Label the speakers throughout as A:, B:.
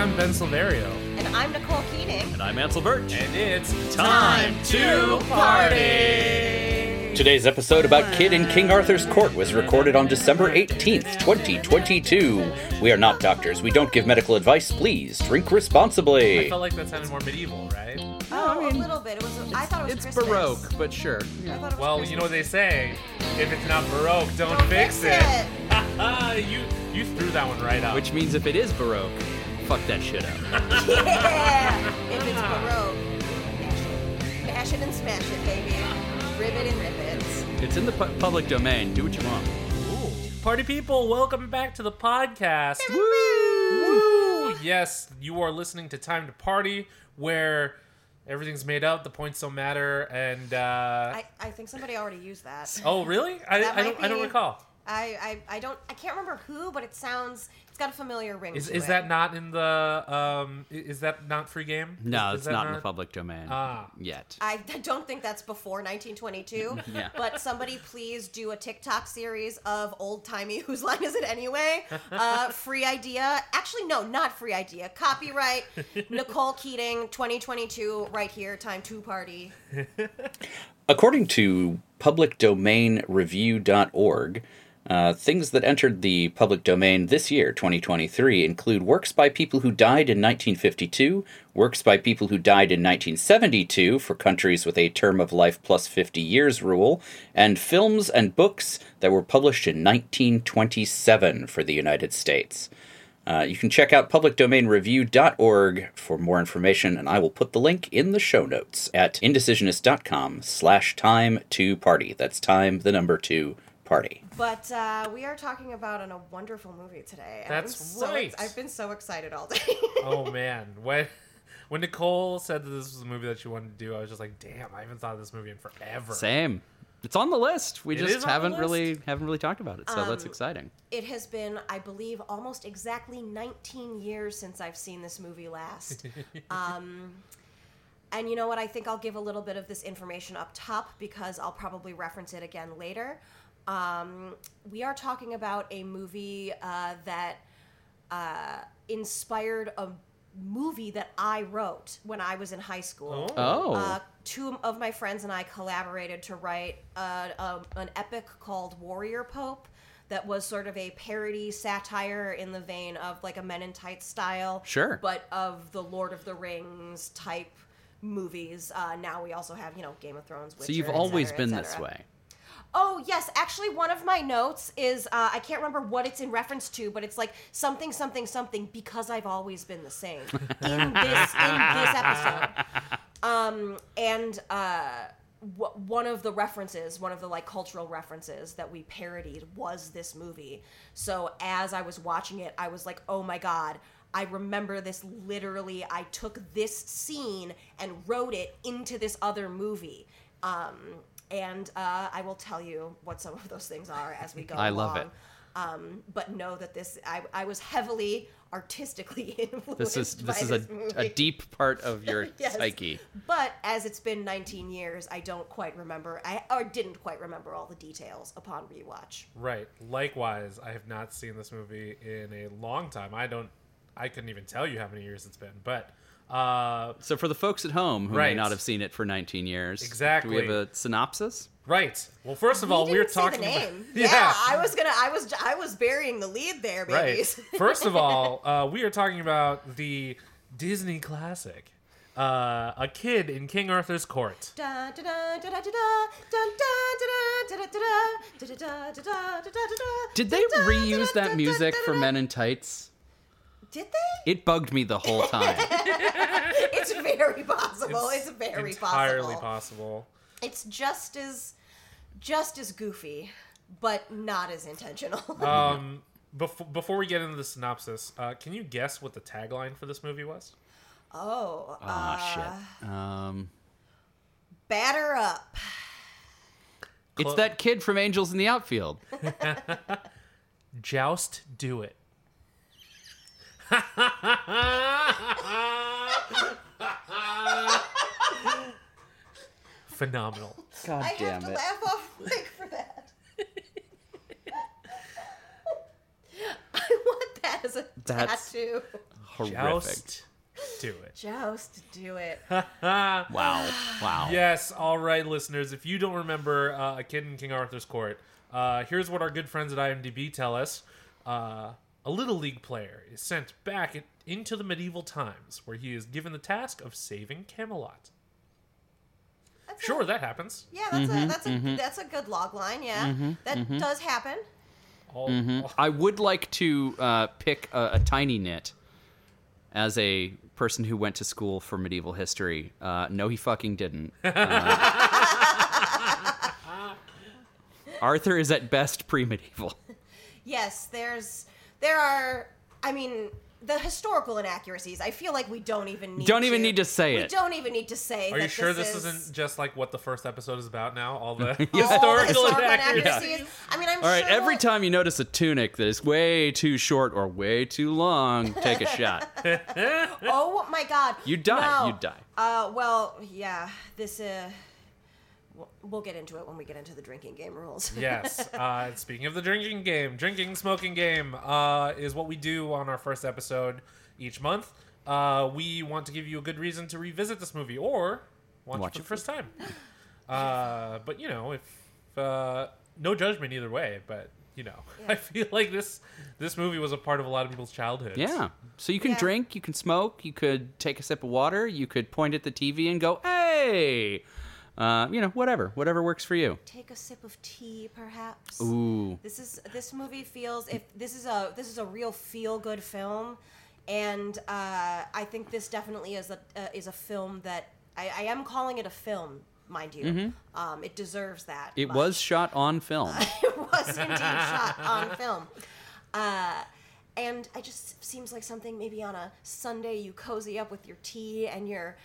A: I'm Ben Silverio.
B: And I'm Nicole Keening.
C: And I'm Ansel Birch.
A: And it's
C: Time to
A: party!
D: Today's episode about Kid in King Arthur's Court was recorded on December 18th, 2022. We are not doctors. We don't give medical advice. Please drink
A: I
D: responsibly.
A: felt like that sounded more medieval, right?
B: Oh,
E: I
B: a
E: mean,
B: little bit. It was. I thought it was
E: it's
B: Christmas.
E: baroque, but sure.
B: I thought it was
A: Well,
B: Christmas.
A: you know what they say: if it's not baroque, don't,
B: Don't
A: fix,
B: fix
A: it.
B: it.
A: Ha you you threw that one right up.
E: Which means if it is baroque, fuck that shit up.
B: yeah. If it's baroque, smash it. Smash it and smash it, baby. Ribbit and ribbits.
E: It's in the pu- public domain. Do what you want.
A: party people, welcome back to the podcast. Woo! Yes, you are listening to Time to Party, where everything's made up, the points don't matter, and uh,
B: I, I think somebody already used that.
A: oh really? I,
B: That
A: I
B: might
A: don't I don't
B: be-
A: recall.
B: I, I I don't I can't remember who, but it sounds it's got a familiar ring.
A: Is
B: to
A: is
B: it.
A: that not in the um? i- Is that not free game?
E: No,
A: Is- is
E: it's
A: that
E: not in the public domain
A: Ah.
E: yet.
B: I don't think that's before 1922.
E: Yeah.
B: But somebody please do a TikTok series of old timey Whose Line Is It Anyway? Uh, free idea. Actually, no, not free idea. Copyright Nicole Keating 2022 right here. Time to party.
D: According to publicdomainreview.org, uh, things that entered the public domain this year, 2023, include works by people who died in 1952, works by people who died in 1972 for countries with a term of life plus 50 years rule, and films and books that were published in 1927 for the United States. Uh, you can check out publicdomainreview.org for more information, and I will put the link in the show notes at indecisionist.com slash time to party. That's time, the number two, party.
B: But uh, we are talking about an, a wonderful movie today. and I'm
A: That's
B: so ex-
A: right.
B: I've been so excited all day.
A: oh man, when when Nicole said that this was a movie that she wanted to do, I was just like, damn, I haven't thought of this movie in forever.
E: Same. It's on the list. We
A: It is on
E: just
A: the
E: haven't
A: list.
E: really haven't really talked about it, so that's exciting.
B: it has been, I believe, almost exactly 19 years since I've seen this movie last. um, and you know what? I think I'll give a little bit of this information up top because I'll probably reference it again later. Um, we are talking about a movie uh, that uh, inspired a movie that I wrote when I was in high school.
A: Oh.
E: Oh,
B: Uh, two of my friends and I collaborated to write uh, um an epic called Warrior Pope that was sort of a parody satire in the vein of like a Men in Tights style.
E: Sure.
B: But of the Lord of the Rings type movies. Uh, now we also have, you know, Game of Thrones.
E: so you've
B: Witcher, et
E: always
B: cetera, et
E: been this
B: cetera.
E: way.
B: Oh yes, actually, one of my notes is uh, I can't remember what it's in reference to, but it's like something, something, something because I've always been the same in this in this episode. Um, and uh, w- one of the references, one of the like cultural references that we parodied was this movie. So as I was watching it, I was like, oh my god. I remember this literally. I took this scene and wrote it into this other movie. Um, and uh, I will tell you what some of those things are as we go.
E: I love
B: along.
E: it.
B: Um, but know that this, I, I was heavily artistically influenced.
E: This is this
B: by
E: is a,
B: movie.
E: a deep part of your
B: Yes.
E: psyche.
B: But as it's been 19 years, I don't quite remember. I or didn't quite remember all the details upon rewatch.
A: Right. Likewise, I have not seen this movie in a long time. I don't. I couldn't even tell you how many years it's been. But uh,
E: So for the folks at home who
A: Right.
E: may not have seen it for 19 years,
A: Exactly.
E: Do we have a synopsis?
A: right. Well, first of all,
B: We
A: we're
B: didn't say
A: talking
B: the
A: about-
B: name. yeah. I was gonna. I was. I was burying the lead there,
A: right.
B: babies.
A: First of all, uh, we are talking about the Disney classic, uh, A Kid in King Arthur's Court.
B: Da, da, da, da, da, da, da, dun, da, da, da, da, da, da, da, da, da, da, da, da, da,
E: Did they
B: da, da,
E: reuse
B: da, da,
E: that music
B: da, da,
E: for
B: da.
E: Men in Tights?
B: Did they?
E: It bugged me the whole time.
B: It's very possible. It's, very
A: entirely
B: possible.
A: possible.
B: It's just as, just as goofy, but not as intentional.
A: Um, before before we get into the synopsis, uh, can you guess what the tagline for this movie was?
B: oh,
E: Ah,
B: uh,
E: shit. Um,
B: batter up.
E: it's that kid from Angels in the Outfield.
A: Joust, do it. Phenomenal.
E: God
B: I have to laugh off Mike for that. I want that as a
E: That's-
B: tattoo.
E: Horrific.
A: Joust. Do it.
B: Joust, do it.
E: Wow. Wow.
A: Yes. All right, listeners. If you don't remember uh, A Kid in King Arthur's Court, uh, here's what our good friends at IMDb tell us. Uh, a Little League player is sent back in- into the medieval times where he is given the task of saving Camelot.
B: That's
A: Sure,
B: A,
A: that happens.
B: yeah, that's
E: Mm-hmm,
B: a that's a that's a good log line. Yeah, that does happen.
A: All, all-
E: I would like to uh, pick a, a tiny nit as a person who went to school for medieval history. Uh, no, he fucking didn't. Uh, Arthur is at best pre medieval.
B: Yes, there's there are. I mean, the historical inaccuracies. I feel like we don't even need
E: Don't even need to say
B: we
E: it.
B: don't even need to say.
A: Are
B: that
A: you sure this,
B: is
A: isn't just like what the first episode is about now? All the
B: all
A: historical
B: historical
A: inaccuracies.
B: inaccuracies? I mean, I'm
E: All right,
B: sure
E: every time you notice a tunic that is way too short or way too long, take a shot.
B: Oh my god.
E: You die,
B: No.
E: you die.
B: Uh, well, yeah. This uh, we'll- we'll get into it when we get into the drinking game rules.
A: yes. Uh, and speaking of the drinking game, drinking smoking game uh, is what we do on our first episode each month. Uh, we want to give you a good reason to revisit this movie or watch,
E: Watch
A: it
E: it
A: for the first time. Uh, but you know, if uh, no judgment either way, but you know, I feel like this this movie was a part of a lot of people's childhoods.
E: Yeah. So you can
B: Yeah.
E: drink, you can smoke, you could take a sip of water, you could point at the TV and go, hey! Uh, you know, whatever. Whatever works for you.
B: Take a sip of tea, perhaps.
E: Ooh.
B: This is this movie feels if this is a this is a real feel good film, and uh, I think this definitely is a uh, is a film that I, I am calling it a film, mind you. Um, it deserves that.
E: Mm-hmm. It
B: much.
E: was shot on film.
B: it was indeed shot on film. Uh, and I just seems like something maybe on a Sunday you cozy up with your tea and your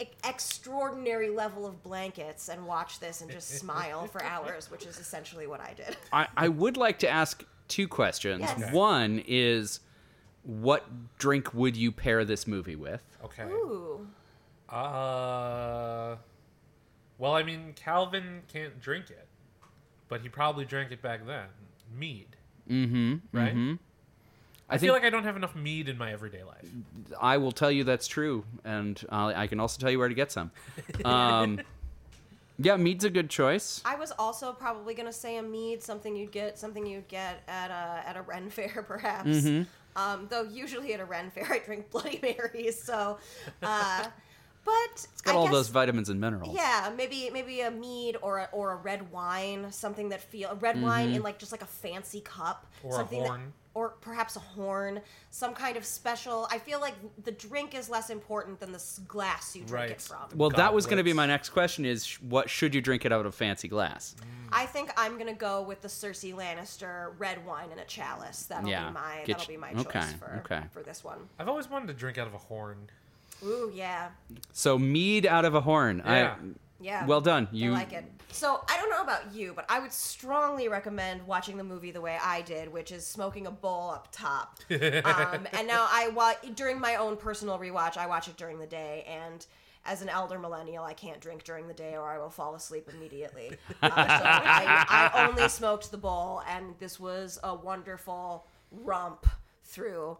B: e- extraordinary level of blankets and watch this and just smile for hours, which is essentially what I did.
E: I, I would like to ask two questions.
B: Yes. Okay.
E: One is what drink would you pair this movie with?
A: Okay.
B: Ooh.
A: Uh, well, I mean, Calvin can't drink it, but he probably drank it back then. Mead. Mm-hmm. Right.
E: I,
A: I feel
E: think
A: like I don't have enough mead in my everyday life.
E: I will tell you that's true, and uh, I can also tell you where to get some. Um, yeah, mead's a good choice.
B: I was also probably gonna say a mead, something you'd get, something you'd get at a at a Ren fair, perhaps.
E: Mm-hmm.
B: Um, though usually at a Ren fair, I drink Bloody Marys. So, uh, but it's
E: Got all those vitamins and minerals.
B: Yeah, maybe maybe a mead or a, or a red wine, something that feel a red
E: Mm-hmm.
B: wine in like just like a fancy cup,
A: Or a
B: something
A: horn.
B: That, or perhaps a horn, some kind of special. I feel like the drink is less important than the s- glass you drink
A: Right.
B: it from.
E: Well, that was going to be
A: Goblets.
E: my next question: is sh- what should you drink it out of a fancy glass?
A: Mm.
B: I think I'm gonna go with the Cersei Lannister red wine in a chalice. That'll
E: Yeah,
B: be my
E: get
B: that'll
E: you-
B: be my choice
E: okay,
B: for
E: okay.
B: for this one.
A: I've always wanted to drink out of a horn.
B: Ooh yeah,
E: So mead out of a horn.
A: Yeah.
B: yeah.
E: well done.
B: I
E: You
B: like it. So I don't know about you, but I would strongly recommend watching the movie the way I did, which is smoking a bowl up top. um, and now I wa- during my own personal rewatch, I watch it during the day and. As an elder millennial, I can't drink during the day or I will fall asleep immediately. Uh, so I, I only smoked the bowl, and this was a wonderful romp through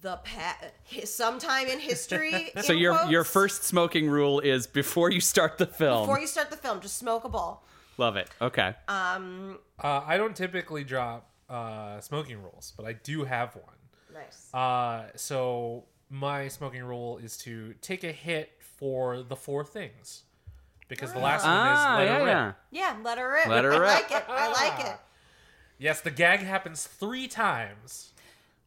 B: the past. Sometime in history.
E: So
B: in
E: your your
B: quotes,
E: first smoking rule is before you start the film.
B: Before you Um, start the film, just smoke a bowl.
E: Love it. Okay.
A: Uh, I don't typically drop uh, smoking rules, but I do have one.
B: Nice.
A: Uh, so my smoking rule is to take a hit for the four things, because the last
E: ah,
A: one is let
E: yeah,
A: it
E: yeah.
A: rip.
B: Yeah, let her rip.
E: Let her
B: I
E: rip.
B: like it. I like it.
A: Yes, the gag happens three times.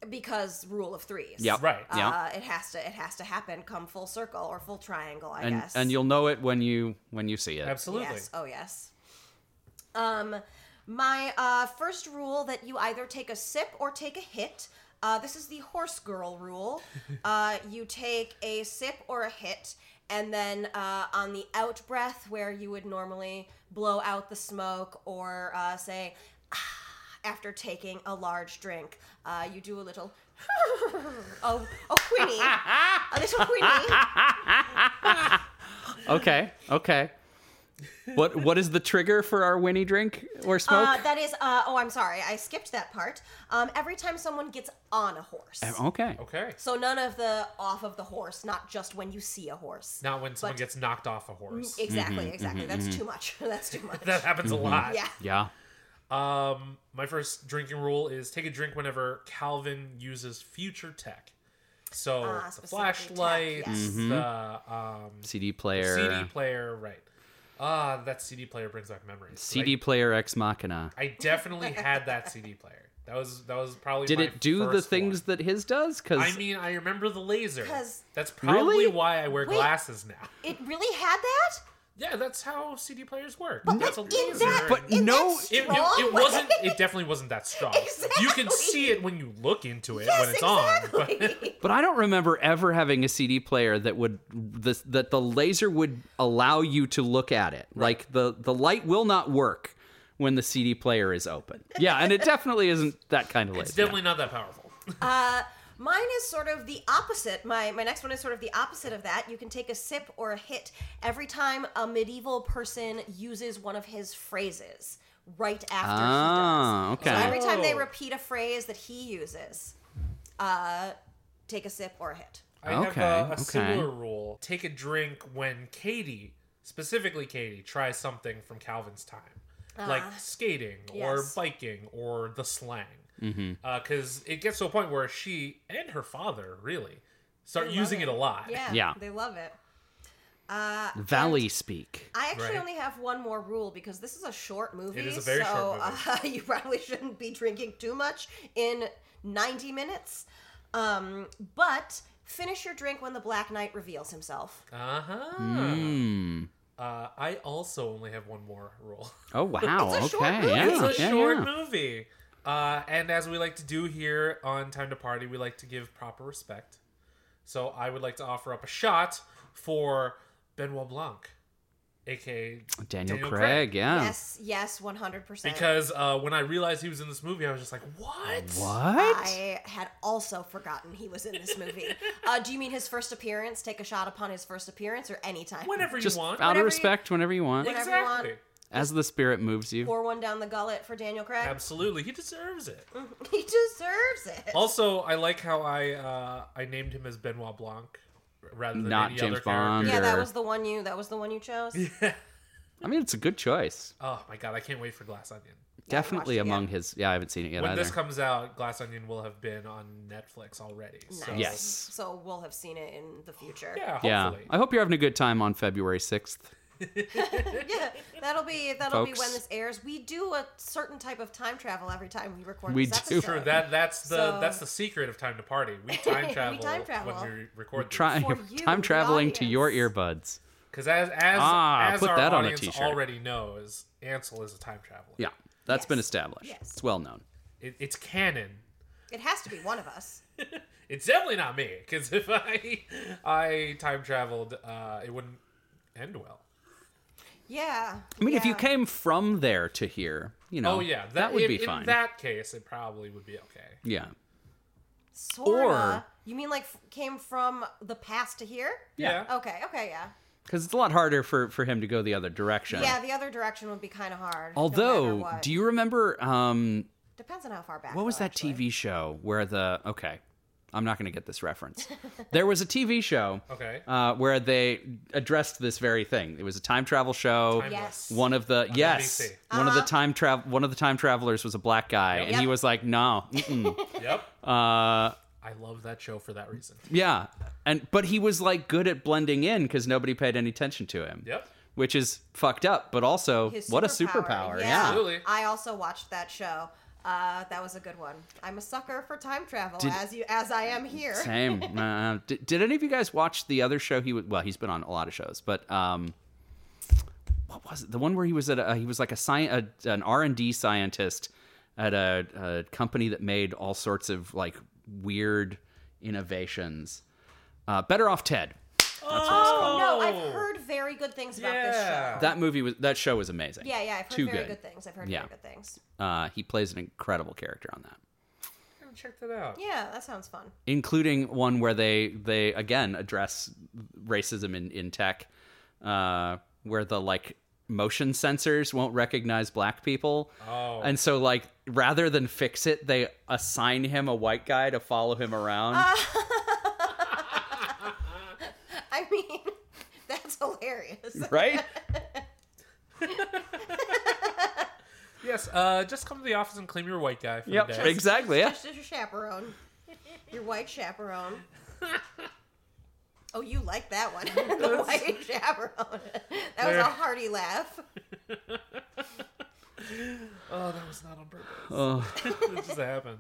B: Because rule of threes.
E: Yep.
A: Right.
B: Uh,
E: Yeah.
B: It has to. It has to happen. Come full circle or full triangle. I
E: And
B: guess.
E: and you'll know it when you when you see it.
A: Absolutely.
B: Yes. Oh yes. Um, my uh, first rule that you either take a sip or take a hit. Uh, this is the horse girl rule. uh, you take a sip or a hit, and then uh, on the out breath, where you would normally blow out the smoke or uh, say. "Ah," After taking a large drink, uh, you do a little, oh, oh, whinny, a little whinny,
E: Okay. Okay. What what is the trigger for our Winnie drink or smoke?
B: Uh, that is, uh, oh, I'm sorry, I skipped that part. Um, every time someone gets on a horse.
E: okay.
A: Okay.
B: So none of the off of the horse, not just when you see a horse.
A: Not when someone
B: But-
A: gets knocked off a horse.
B: Exactly,
E: Mm-hmm,
B: exactly. That's too much. That's too much.
A: that happens a lot.
B: yeah.
E: Yeah.
A: Um, my first drinking rule is take a drink whenever Calvin uses future tech. So
B: Ah,
A: the
B: specifically tech,
A: flashlights,
B: yes.
E: Mm-hmm.
A: the um,
E: CD player.
A: CD
E: CD,
A: player, right? Ah, that CD player brings back memories. 'cause
E: player ex machina.
A: I, I definitely had that CD player. That was that was probably.
E: Did
A: my
E: it do the
A: first
E: things that his does? Because
A: one. I mean, I remember the laser.
B: 'Cause-
A: That's probably
E: Really?
A: why I wear
B: Wait.
A: glasses now.
B: It really had that?
A: Yeah, that's how CD players work.
B: But
A: That's a
B: in
A: laser.
B: that,
E: But
B: in
E: no-
B: that
A: It, it,
B: strong
A: it
B: way-
A: wasn't. It definitely wasn't that strong. You can
B: Exactly.
A: see it when you look into it
B: Yes,
A: when it's on. But
B: exactly.
E: But I don't remember ever having a CD player that would this, that the laser would allow you to look at it. Like the the light will not work when the CD player is open. Yeah, and it definitely isn't that kind of laser.
A: it's definitely not that powerful.
B: Mine is sort of the opposite. My my next one is sort of the opposite of that. You can take a sip or a hit every time a medieval person uses one of his phrases right after
E: Ah,
B: he does. So
E: okay.
B: every time they
A: Oh.
B: repeat a phrase that he uses, uh, take a sip or a hit.
A: I
E: Okay,
A: have uh, a, a
E: okay.
A: similar rule. Take a drink when Katie, specifically Katie, tries something from Calvin's time, like skating or
B: Uh-huh. yes.
A: biking or the slang. Because
E: Mm-hmm.
A: it gets to a point where she and her father really start using it. a lot.
B: Yeah,
E: Yeah.
B: they love it.
E: Yeah. Valley speak.
B: I actually
A: Right.
B: only have one more rule because this is a short movie.
A: is a very
B: so,
A: short
B: Uh, you probably shouldn't be drinking too much in 90 minutes. Um, but finish your drink when the Black Knight reveals himself.
A: Uh-huh.
E: Mm.
A: Uh I also only have one more rule.
E: Oh wow.
B: It's a short
E: okay.
B: movie.
E: Yeah.
A: it's a
E: yeah,
A: short
E: yeah.
A: movie. Uh, and as we like to do here on Time to Party, we like to give proper respect. So I would like to offer up a shot for Benoit Blanc, aka
E: Daniel,
A: Daniel
E: Craig,
A: Craig.
E: Yeah.
B: Yes, yes, 100%.
A: because uh, when I realized he was in this movie, I was just like, "What?
E: What?
B: I had also forgotten he was in this movie. uh, do you mean his first appearance? Take a shot upon his first appearance or anytime?
A: Whenever
E: Just
A: you want,
E: out
B: Whatever
E: of
B: you-
E: respect, whenever you want,
B: Whatever you
A: exactly,
B: want.
E: as the spirit moves you.
B: Pour one down the gullet for Daniel Craig.
A: absolutely, he deserves it."
B: He deserves it.
A: Also, I like how I uh, I named him as Benoit Blanc rather than
E: Not
A: any
E: James
A: other character.
E: Bond.
B: yeah, that
E: Sure.
B: was the one you that was the one you chose.
E: I mean, it's a good choice.
A: Oh my god, I can't wait for Glass Onion.
E: Definitely
B: it
E: among
B: yet.
E: his. Yeah, I haven't seen it yet
A: when
E: either.
A: this comes out, Glass Onion will have been on Netflix already. So,
B: Nice.
E: Yes.
B: So we'll have seen it in the future.
A: Yeah.
E: yeah.
A: Hopefully.
E: I hope you're having a good time on February sixth.
B: Yeah, that'll be that'll be
E: Folks.
B: when this airs. We do a certain type of time travel every time we record.
E: We
B: this
E: do.
B: episode.
A: True. That that's the
B: So-
A: that's the secret of time to party. We time travel,
B: time travel.
A: when we record
E: Try
B: For you,
E: time
B: the
E: traveling to your
B: audience.
E: earbuds.
A: because as as
E: Ah,
A: as
E: put
A: our
E: that on a
A: audience
E: t-shirt.
A: already knows, Ansel is a time traveler.
E: Yeah, that's been
B: Yes.
E: established.
B: Yes.
E: It's well known.
A: It, it's canon.
B: It has to be one of us.
A: It's definitely not me because if I I time traveled, uh, it wouldn't end well.
B: Yeah.
E: I mean, if you
B: yeah.
E: came from there to here, you know,
A: oh yeah, that,
E: that would
A: in,
E: be
A: in
E: fine.
A: that case, it probably would be okay.
E: yeah,
B: Sorta.
E: or-
B: you mean like f- came from the past to here?
E: Yeah.
B: Okay. Okay. Yeah.
E: because it's a lot harder for for him to go the other direction.
B: Yeah. The other direction would be kind of hard. no matter
E: Although,
B: what.
E: do you remember um,
B: depends on how far back.
E: what was
B: though,
E: that
B: actually.
E: TV show where the okay, I'm not going to get this reference. there was a TV show
A: Okay.
E: uh, where they addressed this very thing. It was a time travel show.
A: Time
B: Yes.
E: One of the yes,
A: NBC.
E: one of the time travel one of the time travelers was a black guy, and he
B: Uh-huh. Yep.
E: was like, "No, mm-mm."
A: Yep.
E: uh,
A: I love that show for that reason.
E: yeah." And but he was like good at blending in because nobody paid any attention to him.
A: Yep.
E: which is fucked up, but also
B: His
E: what a superpower.
B: Yeah.
E: Yeah.
A: Absolutely.
B: I also watched that show. Uh, that was a good one. I'm a sucker for time travel,
E: Did-
B: as you as I am here.
E: Same. Uh, did, did any of you guys watch the other show? He was well, he's been on a lot of shows, but um, what was it? The one where he was at a, he was like a sci- a, an R and D scientist at a, a company that made all sorts of like weird innovations. Uh, Better off Ted.
B: Oh no, I've heard very good things about this
A: Yeah.
B: show.
E: That movie was that show was amazing.
B: Yeah, yeah, I've heard
E: Too
B: very
E: good.
B: good. things. I've heard
E: Yeah.
B: very good things.
E: Uh, he plays an incredible character on that.
A: Check that out.
B: Yeah, that sounds fun.
E: including one where they they again address racism in in tech, uh, where the like motion sensors won't recognize black people.
A: Oh.
E: And so like rather than fix it, they assign him a white guy to follow him around.
B: Ah. I mean, that's hilarious.
E: right?
A: Yes, uh, just come to the office and claim your white guy for the day.
E: Exactly. Yeah.
B: Just as your chaperone, your white chaperone. Oh, you like that one, the white chaperone. That was a
A: There.
B: hearty laugh.
A: Oh, that was not on purpose. it just happened.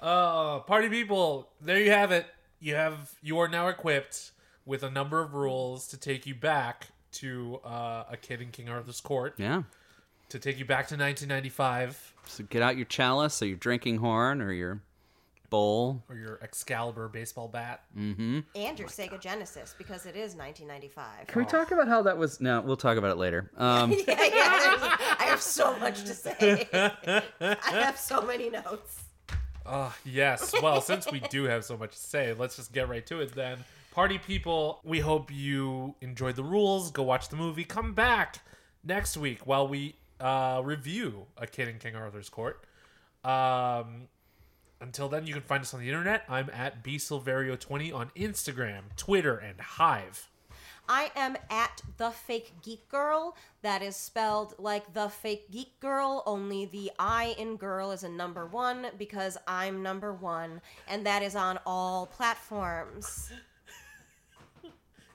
A: Uh, party people, there you have it. You have you are now equipped with a number of rules to take you back to uh, a kid in King Arthur's court,
E: Yeah.
A: to take you back to 1995
E: So get out your chalice or your drinking horn or your bowl. Mm-hmm.
A: or your Excalibur baseball bat.
B: And your Sega Genesis because it is 1995.
E: Can we talk about how that was? No, we'll talk about it later. Um,
B: yeah, yeah, there's- I have so much to say. I have so many notes.
A: Ah, yes. Well, since we do have so much to say, let's just get right to it then. Party people, we hope you enjoyed the rules. Go watch the movie. Come back next week while we uh, review A Kid in King Arthur's Court. Um, until then, you can find us on the internet. I'm at bsilverio20 on Instagram, Twitter, and Hive.
B: I am at the fake geek girl. That is spelled like the fake geek girl, only the I in girl is a number one because I'm number one, and that is on all platforms.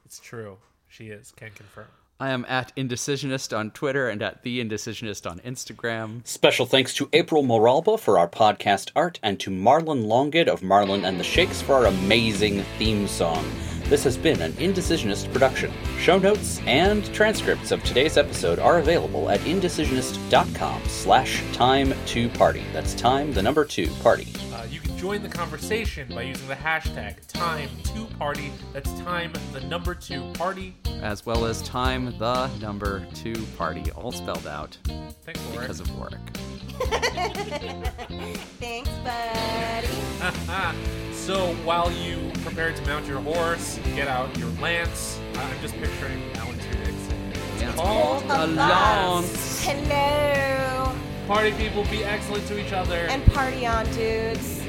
A: It's true. She is. Can confirm.
E: I am at Indecisionist on Twitter and at The Indecisionist on Instagram.
D: Special thanks to April Moralba for our podcast art and to Marlon Longid of Marlon and the Shakes for our amazing theme song. This has been an Indecisionist production. Show notes and transcripts of today's episode are available at indecisionist.com slash time to party. That's time, the number two, party.
A: Uh, you can join the conversation by using the hashtag time2party. That's time, the number two party.
E: as well as time the number two party, all spelled out
A: Thanks, Laura.
E: because of Warwick.
B: Thanks, buddy.
A: so while you prepare to mount your horse, get out your lance. Uh, I'm just picturing Alan Tudyk saying, "It's
E: Yeah.
A: called
B: A
E: Lance.
B: Hello.
A: Party people, be excellent to each other.
B: And party on, dudes.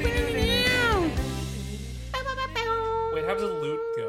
A: Wait, how does the loot go?